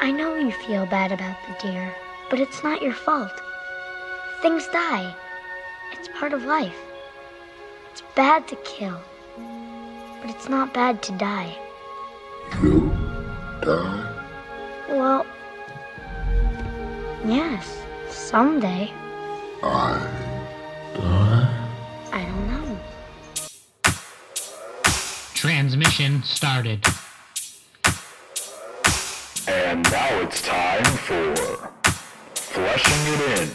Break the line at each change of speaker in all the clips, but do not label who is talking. I know you feel bad about the deer, but it's not your fault. Things die. It's part of life. It's bad to kill, but it's not bad to die.
You die?
Well, yes, someday.
I die?
I don't know.
Transmission started.
And now it's time for Flushing It In.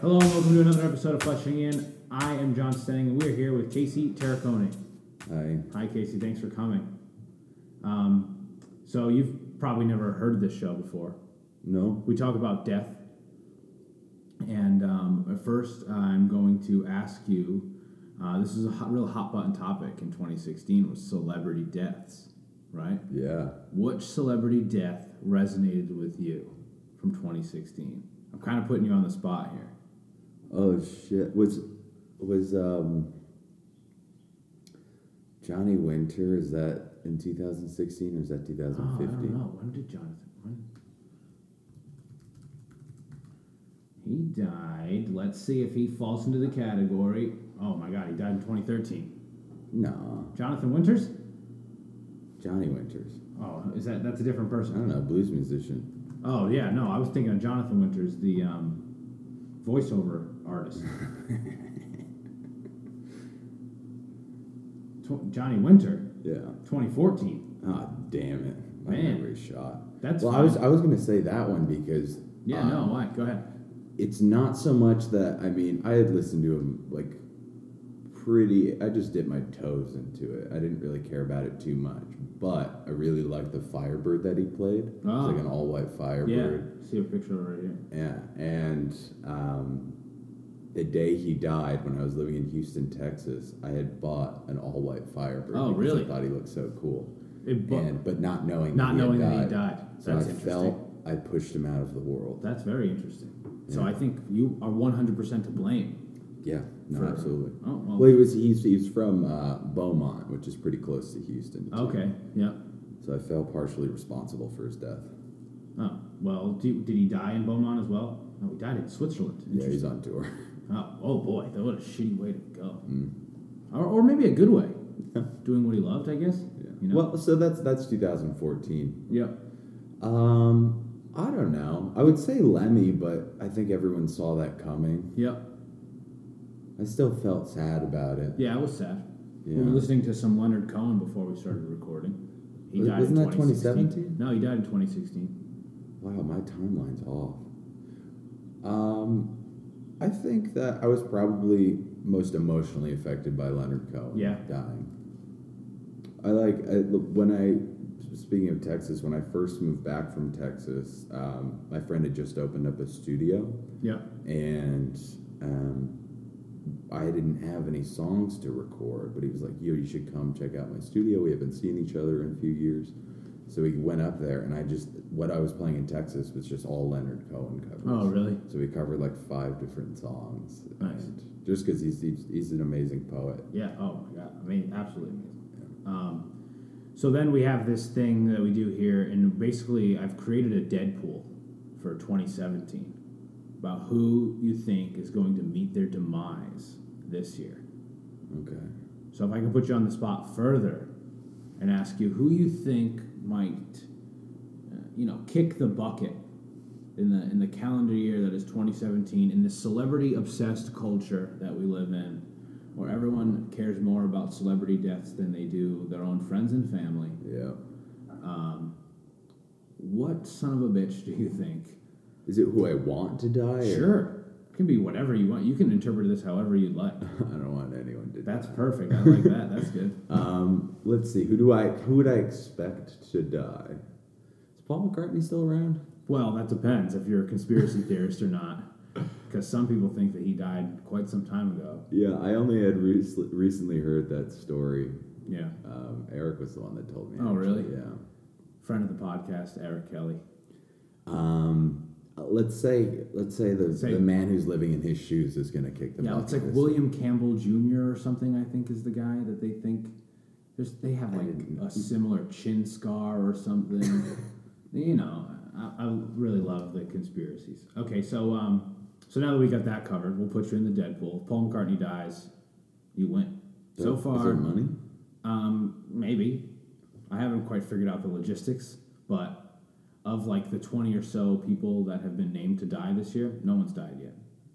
Hello and welcome to another episode of Flushing In. I am John Stenning and we're here with Casey Terracone.
I
Hi Casey, thanks for coming. Um, so you've probably never heard of this show before.
no.
We talk about death. And um, at first, I'm going to ask you. Uh, this is a hot, real hot button topic in 2016 was celebrity deaths, right?
Yeah.
Which celebrity death resonated with you from 2016? I'm kind of putting you on the spot here.
Oh shit. Was was um Johnny Winter is that in 2016 or is that
Oh, I
2015?
don't know. When did Jonathan? When? He died. Let's see if he falls into the category. Oh my God, he died in 2013.
No,
Jonathan Winters?
Johnny Winters.
Oh, is that that's a different
I
person?
don't know, blues musician.
Oh yeah, no, I was thinking of Jonathan Winters, the um, voiceover artist. Tw- Johnny Winter,
Yeah.
2014.
Ah, damn it. I
Man.
never shot.
That's
well, I
fine.
was I was gonna say that one because
Yeah,
um,
no, why? Go ahead.
it's not so much that I mean I had listened to him like pretty I just dipped my toes into it. I didn't really care about it too much, but I really liked the Firebird that he played.
Ah.
It's like an all white Firebird.
Yeah, see a picture right here.
Yeah, and um, the day he died, when I was living in Houston, Texas, I had bought an all-white Firebird.
Oh,
because
really?
I thought he looked so cool,
It bu-
and but not knowing
Not
that he
knowing
had
that he
died.
died.
So
That's
I felt I pushed him out of the world.
That's very interesting. So
Yeah.
I think you are 100% to blame.
Yeah, no,
For-
absolutely.
Oh, well.
Well, he was he's he's from uh, Beaumont, which is pretty close to Houston. too.
Okay, yeah.
So I felt partially responsible for his death.
Oh, well, do, did he die in Beaumont as well? No, he died in Switzerland.
Yeah, he's on tour.
Oh, oh boy, that what a shitty way to go.
Mm.
Or, or maybe a good way. Doing what he loved, I guess.
Yeah.
You know?
Well, so that's that's 2014.
yeah.
Um, I don't know. I would say Lemmy, but I think everyone saw that coming.
Yeah.
I still felt sad about it.
Yeah, I was sad. We
Yeah.
were listening to some Leonard Cohen before we started recording. He
Wa-
died
wasn't
in
that
2016.
2017?
No, he died in 2016.
Wow, my timeline's off. Um, I think that I was probably most emotionally affected by Leonard Cohen.
Yeah.
dying. I like I, when I speaking of Texas. When I first moved back from Texas, um, my friend had just opened up a studio,
Yeah.
and um, I didn't have any songs to record. But he was like, "Yo, you should come check out my studio. We haven't seen each other in a few years." So we went up there, and I just what I was playing in Texas was just all Leonard Cohen covers.
Oh, really?
So we covered like five different songs.
Nice.
And just because he's, he's he's an amazing poet.
Yeah. Oh my god. I mean, absolutely amazing. Um, so then we have this thing that we do here, and basically, I've created a Deadpool for 2017 about who you think is going to meet their demise this year.
Okay.
So if I can put you on the spot further and ask you who you think might, uh, you know, kick the bucket in the in the calendar year that is 2017 in the celebrity obsessed culture that we live in, where everyone cares more about celebrity deaths than they do their own friends and family.
Yeah.
Um, what son of a bitch do you think?
Is it who I want to die? or-
Sure, it can be whatever you want. You can interpret this however you'd like.
I don't want anyone to.
That's perfect. I like that. That's good.
Um, let's see. Who do I? Who would I expect to die? Is Paul McCartney still around?
Well, that depends if you're a conspiracy theorist or not. because some people think that he died quite some time ago.
Yeah, I only had re- recently heard that story.
Yeah,
Um, Eric was the one that told me.
Oh,
actually,
really?
Yeah.
friend of the podcast, Eric Kelly.
Um, let's say let's say the
Say-
the man who's living in his shoes is going to kick the
Yeah, it's like
bucket.
William Campbell Jr. or something. I think is the guy that they think. There's, they have
didn't
like
know.
a similar chin scar or something. you know, I, I really love the conspiracies. Okay, so um, so now that we got that covered, we'll put you in the Deadpool. If Paul McCartney dies, you win. So
Is there- is there
far,
money.
um, maybe. I haven't quite figured out the logistics, but of like the 20 or so people that have been named to die this year, no one's died yet.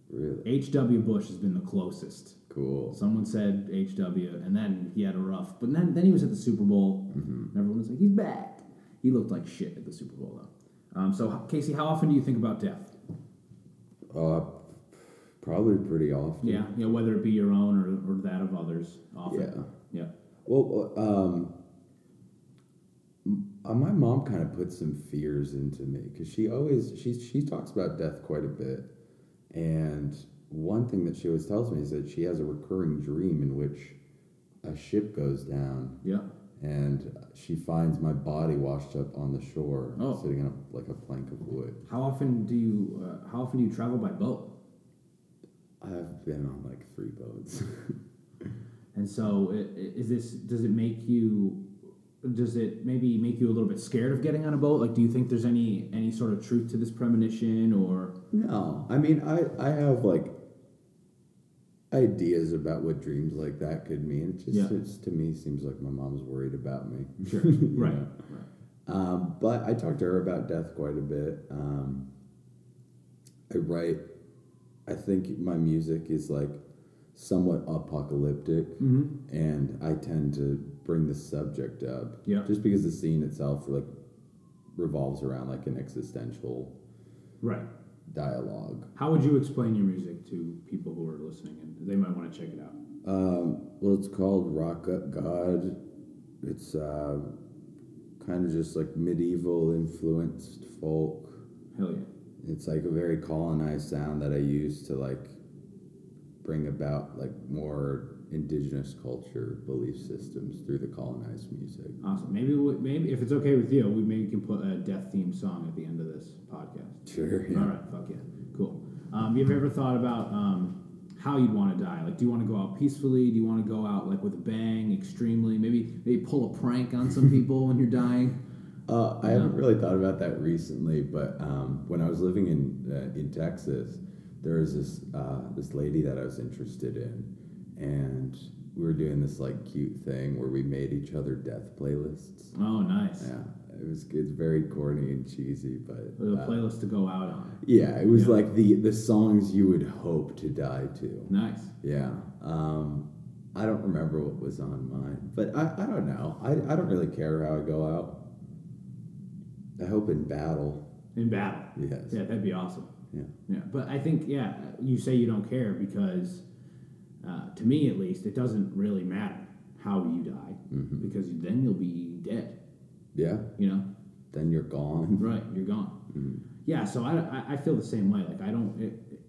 Really
H.W. Bush has been the closest.
cool.
Someone said H.W., and then he had a rough, but then, then he was at the Super Bowl, and everyone was like, he's back. He looked like shit at the Super Bowl, though. Um, so, Casey, how often do you think about death?
Uh, probably pretty often.
Yeah, yeah, whether it be your own or, or that of others. Often. Yeah.
Well, um, m- uh, my mom kind of put some fears into me because she always she she talks about death quite a bit, and one thing that she always tells me is that she has a recurring dream in which a ship goes down
Yeah.
and she finds my body washed up on the shore,
Oh.
sitting on a, like a plank of wood.
How often do you, uh, how often do you travel by boat?
I've been on like three boats.
And so, i- i- is this? Does it make you? Does it maybe make you a little bit scared of getting on a boat? Like, do you think there's any any sort of truth to this premonition? Or
No, I mean, I I have like ideas about what dreams like that could mean. It just,
Yeah.
it's- to me seems like my mom's worried about me.
sure,
You
right,
know? Um, but I talk to her about death quite a bit. Um, I write. I think my music is like somewhat apocalyptic,
Mm-hmm.
and I tend to bring the subject up.
Yeah.
Just because the scene itself like revolves around like an existential
right.
dialogue.
How would you explain your music to people who are listening, and they might want to check it out?
Um, well, it's called Rock Up God. It's uh, kind of just like medieval influenced folk.
Hell yeah,
It's like a very colonized sound that I use to like bring about like more indigenous culture belief systems through the colonized music.
awesome. Maybe we, maybe if it's okay with you, we maybe can put a death themed song at the end of this podcast.
Sure.
All right, fuck yeah, cool. Um, you've ever thought about um, how you'd want to die? Like, do you want to go out peacefully? Do you want to go out like with a bang, extremely? Maybe maybe pull a prank on some people when you're dying.
Uh, I haven't really thought about that recently, but um, when I was living in uh, in Texas, there was this uh, this lady that I was interested in, and we were doing this like cute thing where we made each other death playlists.
Oh, nice.
Yeah, it was it's very corny and cheesy, but
With a
uh,
playlist to go out on.
yeah, it was like the the songs you would hope to die to.
Nice.
Yeah. Um, I don't remember what was on mine, but I, I don't know. I, I don't really care how I go out. I hope in battle.
In battle.
Yes.
Yeah, that'd be awesome.
Yeah.
Yeah, but I think yeah, you say you don't care because, uh, to me at least, it doesn't really matter how you die because then you'll be dead.
Mm-hmm. Yeah.
You know,
Then you're gone.
Right, you're gone. Yeah, so I, I, I feel the same way. Like I don't it, it-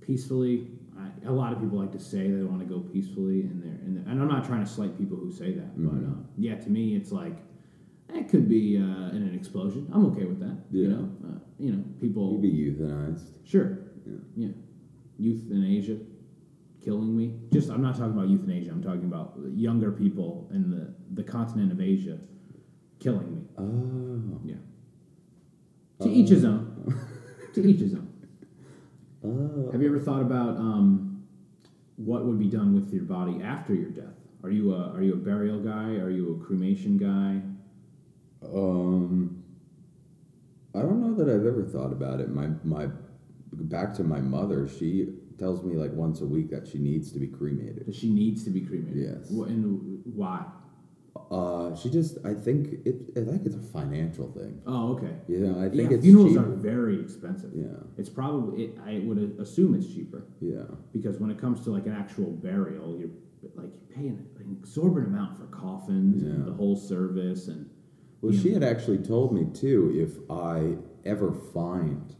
peacefully. I, a lot of people like to say they want to go peacefully, and they're, and, they're- and I'm not trying to slight people who say that, but uh, yeah, to me it's like it could be uh, in an explosion. I'm okay with that. You
Yeah.
know, uh, you know, people.
You'd be euthanized.
Sure. Yeah. Euthanasia, killing me. Just I'm not talking about euthanasia. I'm talking about younger people in the the continent of Asia, killing me.
Oh.
Yeah. To each his own. to each his own.
Oh.
Have you ever thought about um, what would be done with your body after your death? Are you a are you a burial guy? Are you a cremation guy?
Um. I don't know that I've ever thought about it. My my, back to my mother. She tells me like once a week that she needs to be cremated.
That she needs to be cremated.
Yes.
Wh- and why?
Uh, she just I think it I think it's a financial thing.
Oh, okay.
You know, I
Yeah,
think it's
funerals
cheap.
are very expensive.
Yeah.
It's probably it, I would assume it's cheaper
Yeah.
because when it comes to like an actual burial, you're like you're paying an exorbitant amount for coffins
Yeah.
and the whole service and
Well, she had actually told me too if I ever find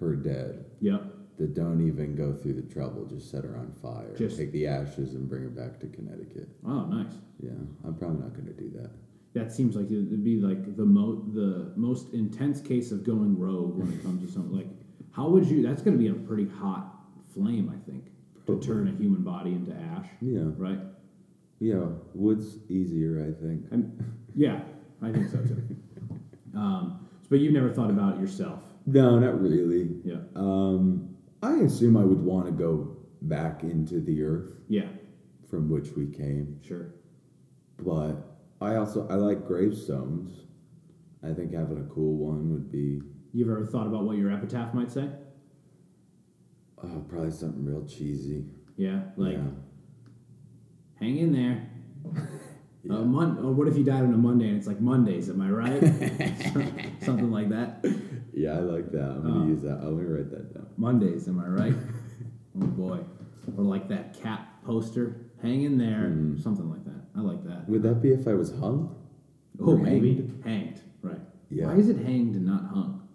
her dead,
yep.
the don't even go through the trouble. Just set her on fire.
Just-
take the ashes and bring her back to Connecticut.
Oh, nice.
Yeah, I'm probably not going to do that.
That seems like it'd be like the mo the most intense case of going rogue when it comes to something like how would you? That's going to be a pretty hot flame, I think, to turn a human body into ash.
Yeah.
Right.
Yeah, wood's easier, I think.
And yeah, I think so too. um, but you've never thought about it yourself.
No, not really.
Yeah.
Um, I assume I would want to go back into the earth
Yeah.
from which we came,
Sure.
but I also I like gravestones. I think having a cool one would be
You've ever thought about what your epitaph might say?
oh, probably something real cheesy.
Yeah. Like,
Yeah.
hang in there.
Yeah.
Uh, Mon- oh, what if you died on a Monday and it's like Mondays? Am I right? Something like that.
Yeah, I like that. I'm gonna
Oh.
use that. I'm gonna write that down.
Mondays, am I right? oh boy. Or like that cat poster. Hang in there.
Mm-hmm.
Something like that. I like that.
Would that be if I was hung?
Oh,
Or
maybe.
hanged?
Hanged. Right.
Yeah.
Why is it hanged and not hung?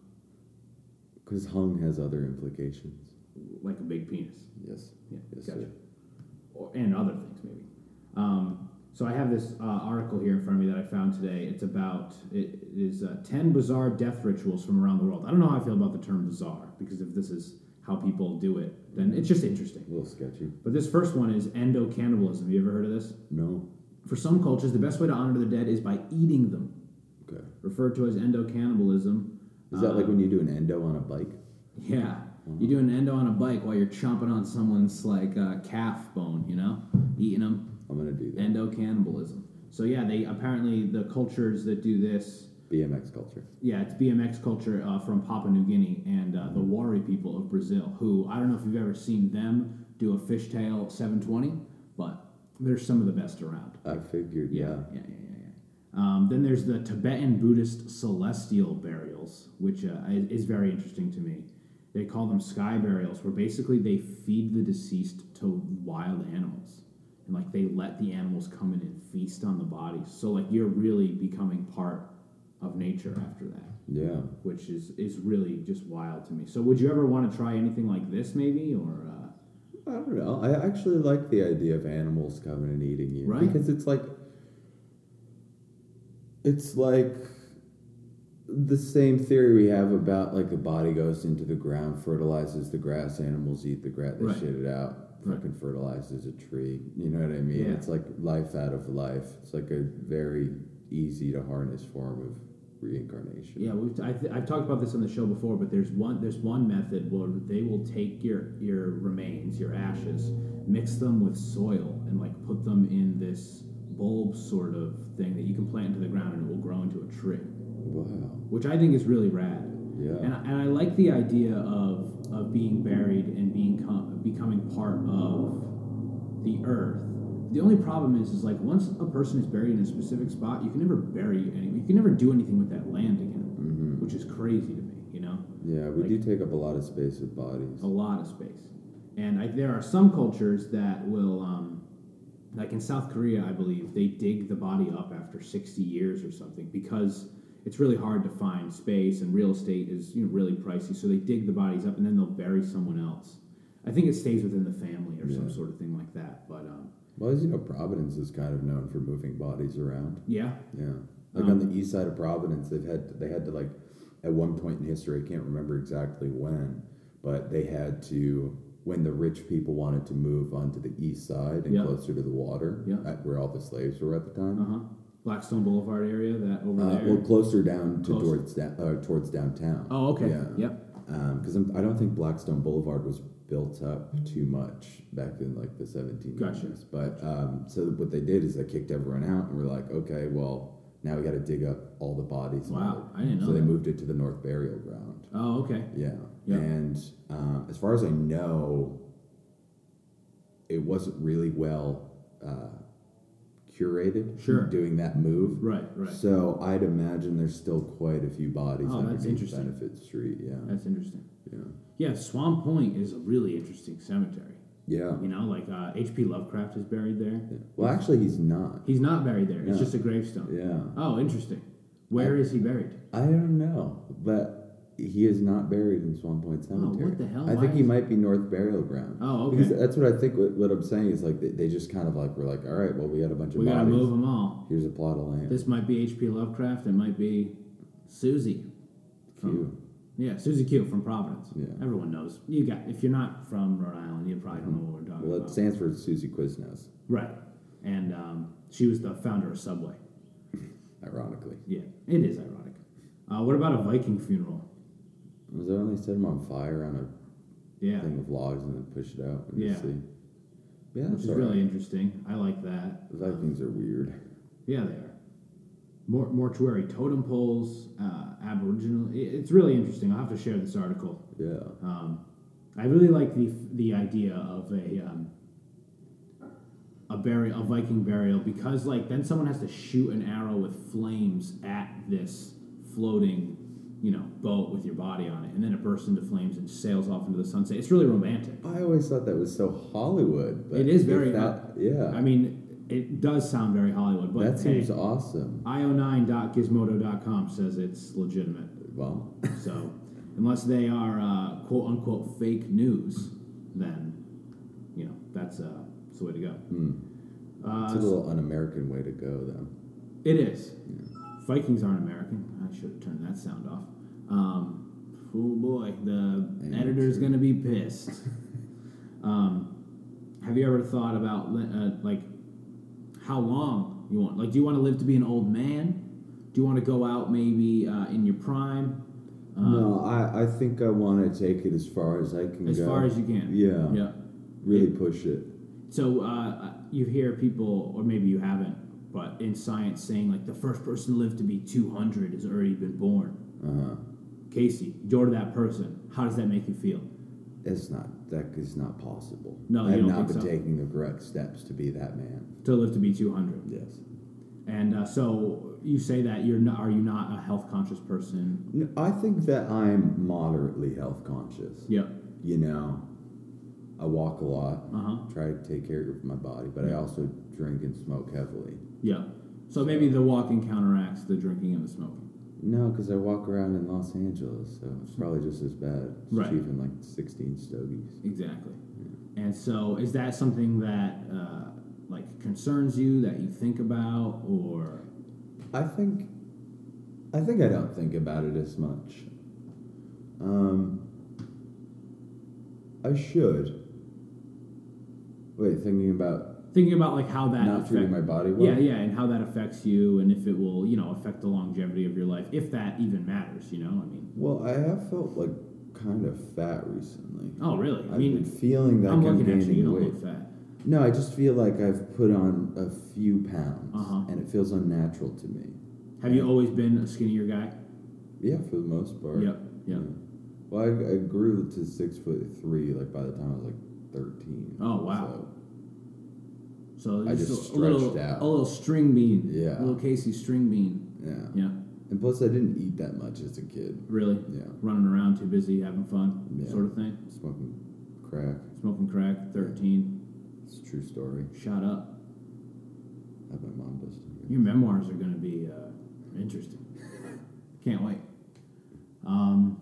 Because hung has other implications.
Like a big penis.
Yes.
Yeah,
Yes,
gotcha.
sir.
Or, and other things, maybe. Um, so I have this uh, article here in front of me that I found today. It's about it is uh, ten bizarre death rituals from around the world. I don't know how I feel about the term bizarre because if this is how people do it, then it's just
A
interesting.
little sketchy.
But this first one is endo cannibalism. You ever heard of this?
No.
For some cultures, the best way to honor the dead is by eating them,
Okay.
referred to as endo cannibalism.
Is that like when you do an endo on a bike?
Yeah, you do an endo on a bike while you're chomping on someone's like uh, calf bone. You know, eating them.
I'm gonna do that.
endo cannibalism. So yeah, they apparently the cultures that do this,
BMX culture.
yeah, it's BMX culture uh, from Papua New Guinea and uh, the Wari people of Brazil. Who I don't know if you've ever seen them do a fishtail 720, but they're some of the best around.
I figured. Yeah.
Yeah, yeah, yeah, yeah. Um, then there's the Tibetan Buddhist celestial burials, which uh, i- is very interesting to me. They call them sky burials, where basically they feed the deceased to wild animals. And like they let the animals come in and feast on the bodies. So like you're really becoming part of nature after that,
Yeah.
which is, is really just wild to me. So would you ever want to try anything like this maybe? Or uh,
I don't know. I actually like the idea of animals coming and eating you
Right.
because it's like it's like the same theory we have about like the body goes into the ground, fertilizes the grass, animals eat the grass, they
Right.
shit it out.
Right.
Fucking fertilizes a tree. You know what I mean?
Yeah.
It's like life out of life. It's like a very easy to harness form of reincarnation.
Yeah, we've I th- I've talked about this on the show before, but there's one there's one method where they will take your your remains, your ashes, mix them with soil, and like put them in this bulb sort of thing that you can plant into the ground and it will grow into a tree,
Wow.
which I think is really rad.
Yeah.
And I, and I like the idea of of being buried and being com- becoming part of the earth. The only problem is is like once a person is buried in a specific spot, you can never bury any, you can never do anything with that land again, which is crazy to me. You know,
Mm-hmm. yeah, we
like-
do take up a lot of space with bodies.
a lot of space. And I, there are some cultures that will, um, like in South Korea, I believe, they dig the body up after 60 years or something because it's really hard to find space and real estate is you know, really pricey. So they dig the bodies up and then they'll bury someone else. I think it stays within the family or some sort of thing like that. But um,
Well, as you know, Providence is kind of known for moving bodies around.
yeah,
Yeah, like on
Mm.
the east side of Providence, they've had they had to like at one point in history, I can't remember exactly when, but they had to when the rich people wanted to move onto the east side and
Yeah.
closer to the water,
Yeah.
at where all the slaves were at the time.
uh huh. Blackstone Boulevard area, that over
Uh,
there.
well, closer down to
Closer.
towards da- uh, towards downtown.
oh, okay.
Yeah.
Yep.
Because Um, I'm I don't think Blackstone Boulevard was built up too much back in like the 1700s.
Gotcha.
But um, so what they did is they kicked everyone out and were like, okay, well now we got to dig up all the bodies. and
Wow,
all the-"
I didn't know
So they
that.
moved it to the North Burial Ground.
Oh, okay.
Yeah.
Yeah.
And um, as far as I know, it wasn't really well uh, curated.
Sure.
Doing that move.
Right, right.
So I'd imagine there's still quite a few bodies
Oh, that's
underneath
interesting.
Benefit Street. Yeah.
That's interesting.
Yeah.
Yeah, Swamp Point is a really interesting cemetery.
Yeah.
You know, like uh, H.P. Lovecraft is buried there.
Well, actually, he's not.
He's not buried there. It's
Yeah.
just a gravestone.
Yeah.
Oh, interesting. Where is he buried?
I don't know, but he is not buried in Swan Point Cemetery.
Oh, what the hell?
I
Why
think he
is-
might be North Burial Ground.
Oh, okay.
Because that's what I think. What, what I'm saying is like they, they just kind of like were like, all right, well, we got a bunch of
We gotta
bodies.
move them all.
Here's a plot of land.
This might be H.P. Lovecraft. It might be Susie.
Q.
Yeah, Susie Q from Providence.
Yeah.
Everyone knows. You got if you're not from Rhode Island, you probably don't know what we're talking
Well, it
about.
stands for Susie Quiznos,
right. And um, she was the founder of Subway.
ironically.
Yeah, it is ironic. Uh, what about a Viking funeral?
Was that when they set him on fire on a
Yeah,
thing of logs and then push it out? And
Yeah.
Just see? Yeah,
which is
that's all
really
right.
interesting. I like that.
Vikings are weird.
Yeah, they are. Mor- mortuary totem poles, uh, Aboriginal. i- It's really interesting. I'll have to share this article.
Yeah.
Um, I really like the the idea of a um, a burial, a Viking burial, because like then someone has to shoot an arrow with flames at this floating, you know, boat with your body on it, and then it bursts into flames and sails off into the sunset. It's really romantic.
I always thought that was so Hollywood. But
It is
if
very-
That, yeah.
I mean, it does sound very Hollywood, but
that
hey,
seems awesome.
io9.gizmodo.com says it's legitimate.
Well,
So, unless they are uh, quote unquote fake news, then you know that's uh, that's the way to go. Uh,
it's a little un-American way to go, though.
It is. Vikings aren't American. I should have turned that sound off. Um, oh boy, the
Yeah,
editor's
true.
gonna be pissed. um, have you ever thought about li- uh, like how long you want? Like, do you want to live to be an old man? Do you want to go out maybe uh, in your prime? Uh,
no, I, I think I want to take it as far as I can
As
go.
far as you can.
Yeah.
Yeah.
Really push it.
So uh, you hear people, or maybe you haven't, but in science saying like the first person to live to be 200 has already been born.
Uh-huh.
Casey, you're that person. How does that make you feel?
It's not, that is not possible.
No,
I
you
have
don't
not
think
been
so?
taking the correct steps to be that man.
To live to be 200.
Yes.
And uh, so you say that you're not, are you not a health conscious person?
No, I think that I'm moderately health conscious.
Yep.
You know, I walk a lot,
Uh-huh.
try to take care of my body, but I also drink and smoke heavily.
Yep. So maybe the walking counteracts the drinking and the smoking.
No, because I walk around in Los Angeles, so it's probably just as bad. It's
Right.
Achieving like 16 stogies.
Exactly. And so is that something that uh, like concerns you that you think about or
I think, I think I don't think about it as much. Um, I should. Wait, thinking about
thinking about like how that
not treating
affect-
my body well.
yeah, yeah, and how that affects you, and if it will, you know, affect the longevity of your life, if that even matters, you know. I mean,
Well, I have felt like kind of fat recently.
oh, really? I
I've been
mean,
feeling that
I'm
I'm
looking at you. You
gaining
don't
weight.
look fat.
No, I just feel like I've put on a few pounds,
Uh-huh.
and it feels unnatural to me.
Have you always been a skinnier guy?
Yeah, for the most part.
Yep,
Yeah.
yep.
Well, I, I grew to six foot three. Like by the time I was like thirteen.
Oh, wow.
So,
So
I
a-
just
a little,
stretched out.
a little string bean. a
Yeah.
little Casey string bean.
yeah.
Yeah,
And plus, I didn't eat that much as a kid.
really.
Yeah.
Running around, too busy, having fun,
Yeah.
sort of thing.
Smoking crack.
Smoking crack. Thirteen.
It's a true story.
Shot up.
That my mom does. to me.
Your memoirs are going to be uh, interesting. Can't wait. Um,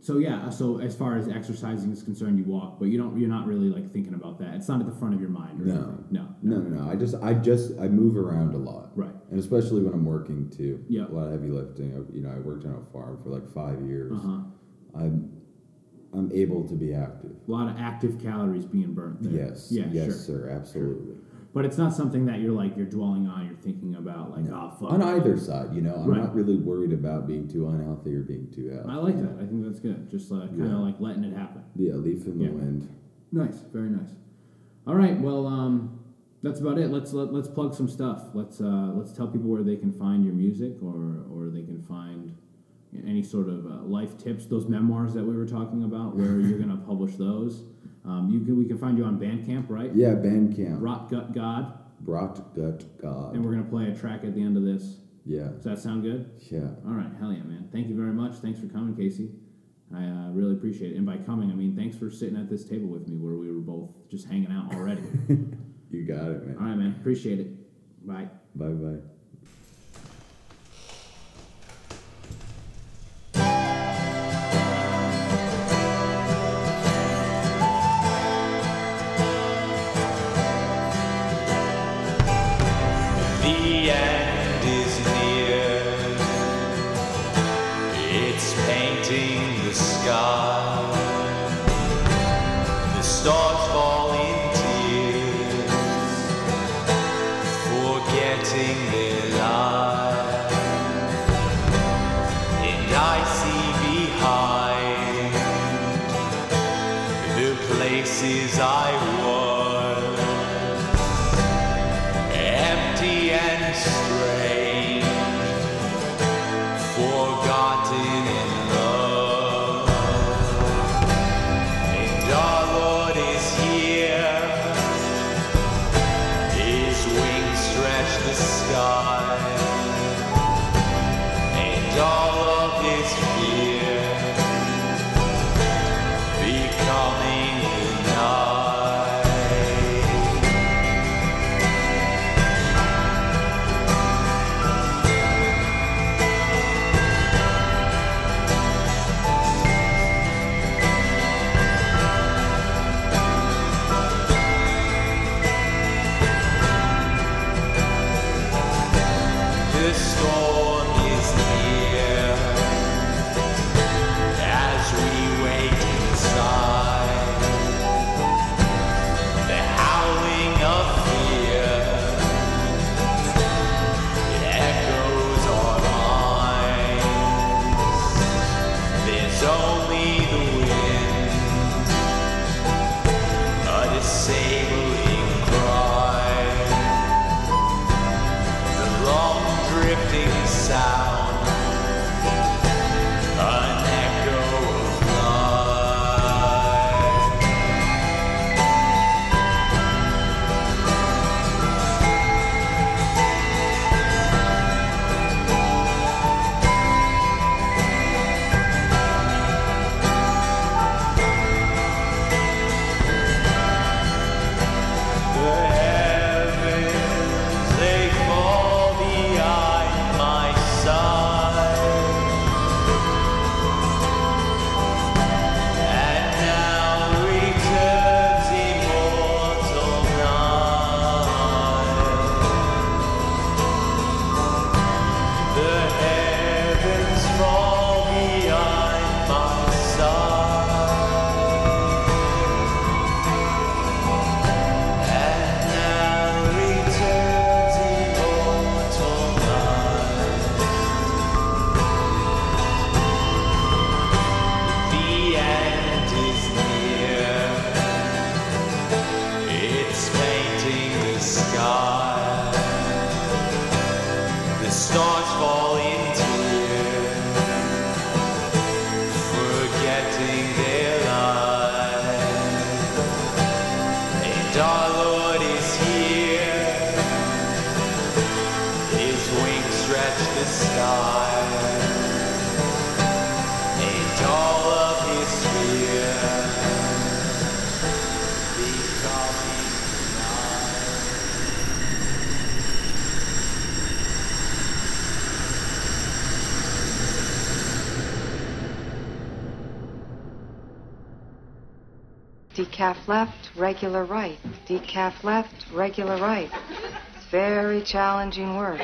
so yeah, uh, so as far as exercising is concerned, you walk, but you don't. You're not really like thinking about that. It's not at the front of your mind. Or
No.
anything. no.
No, no, no. I just, I just, I move around a lot.
Right.
And especially when I'm working too.
Yeah.
A lot of heavy lifting. I- You know, I worked on a farm for like five years.
Uh huh.
I'm, I'm able to be active.
A lot of active calories being burnt there.
Yes.
Yeah.
yes,
sure.
sir. Absolutely.
But it's not something that you're like you're dwelling on. You're thinking about like oh fuck.
On either side, you know, I'm
Right.
not really worried about being too unhealthy or being too healthy.
I like that. I think that's good. Just like kind of
Yeah.
like letting it happen.
Yeah, leaf in the
Yeah.
wind.
Nice, very nice. All right, well, um, that's about it. Let's let, let's plug some stuff. Let's uh, let's tell people where they can find your music, or or they can find any sort of uh, life tips. Those memoirs that we were talking about, where you're gonna publish those. Um, you can we can find you on Bandcamp, right?
Yeah, Bandcamp.
Rock Gut God,
Rot gut
and
god.
we're gonna play a track at the end of this.
Yeah,
Does that sound good?
yeah.
All right, hell yeah, man. Thank you very much. Thanks for coming, Casey. I uh, really appreciate it. And by coming, I mean thanks for sitting at this table with me, where we were both just hanging out already.
You got it, man.
All right, man. Appreciate it. Bye.
Bye bye.
Thank stars fall in tears, forgetting their lives. And I see behind the places I was, empty and strange, forgotten in love. And our Lord is here. His wings stretch the sky. And all of his fear becoming night. The storm is near as we wait inside. The howling of fear echoes our minds. There's only the wind, a disabling cry the long drifting sound, an echo of life. The heavens, they fall behind my side. And now returns immortal night. The heavens fall behind my side. And now returns immortal light. The end is near. It's painting the sky. The stars fall into tears, forgetting their lives. And our Lord is here. His wings stretch the sky. And all of his fear becoming night.
Decaf left, regular right. Decaf left, regular right. It's very challenging work.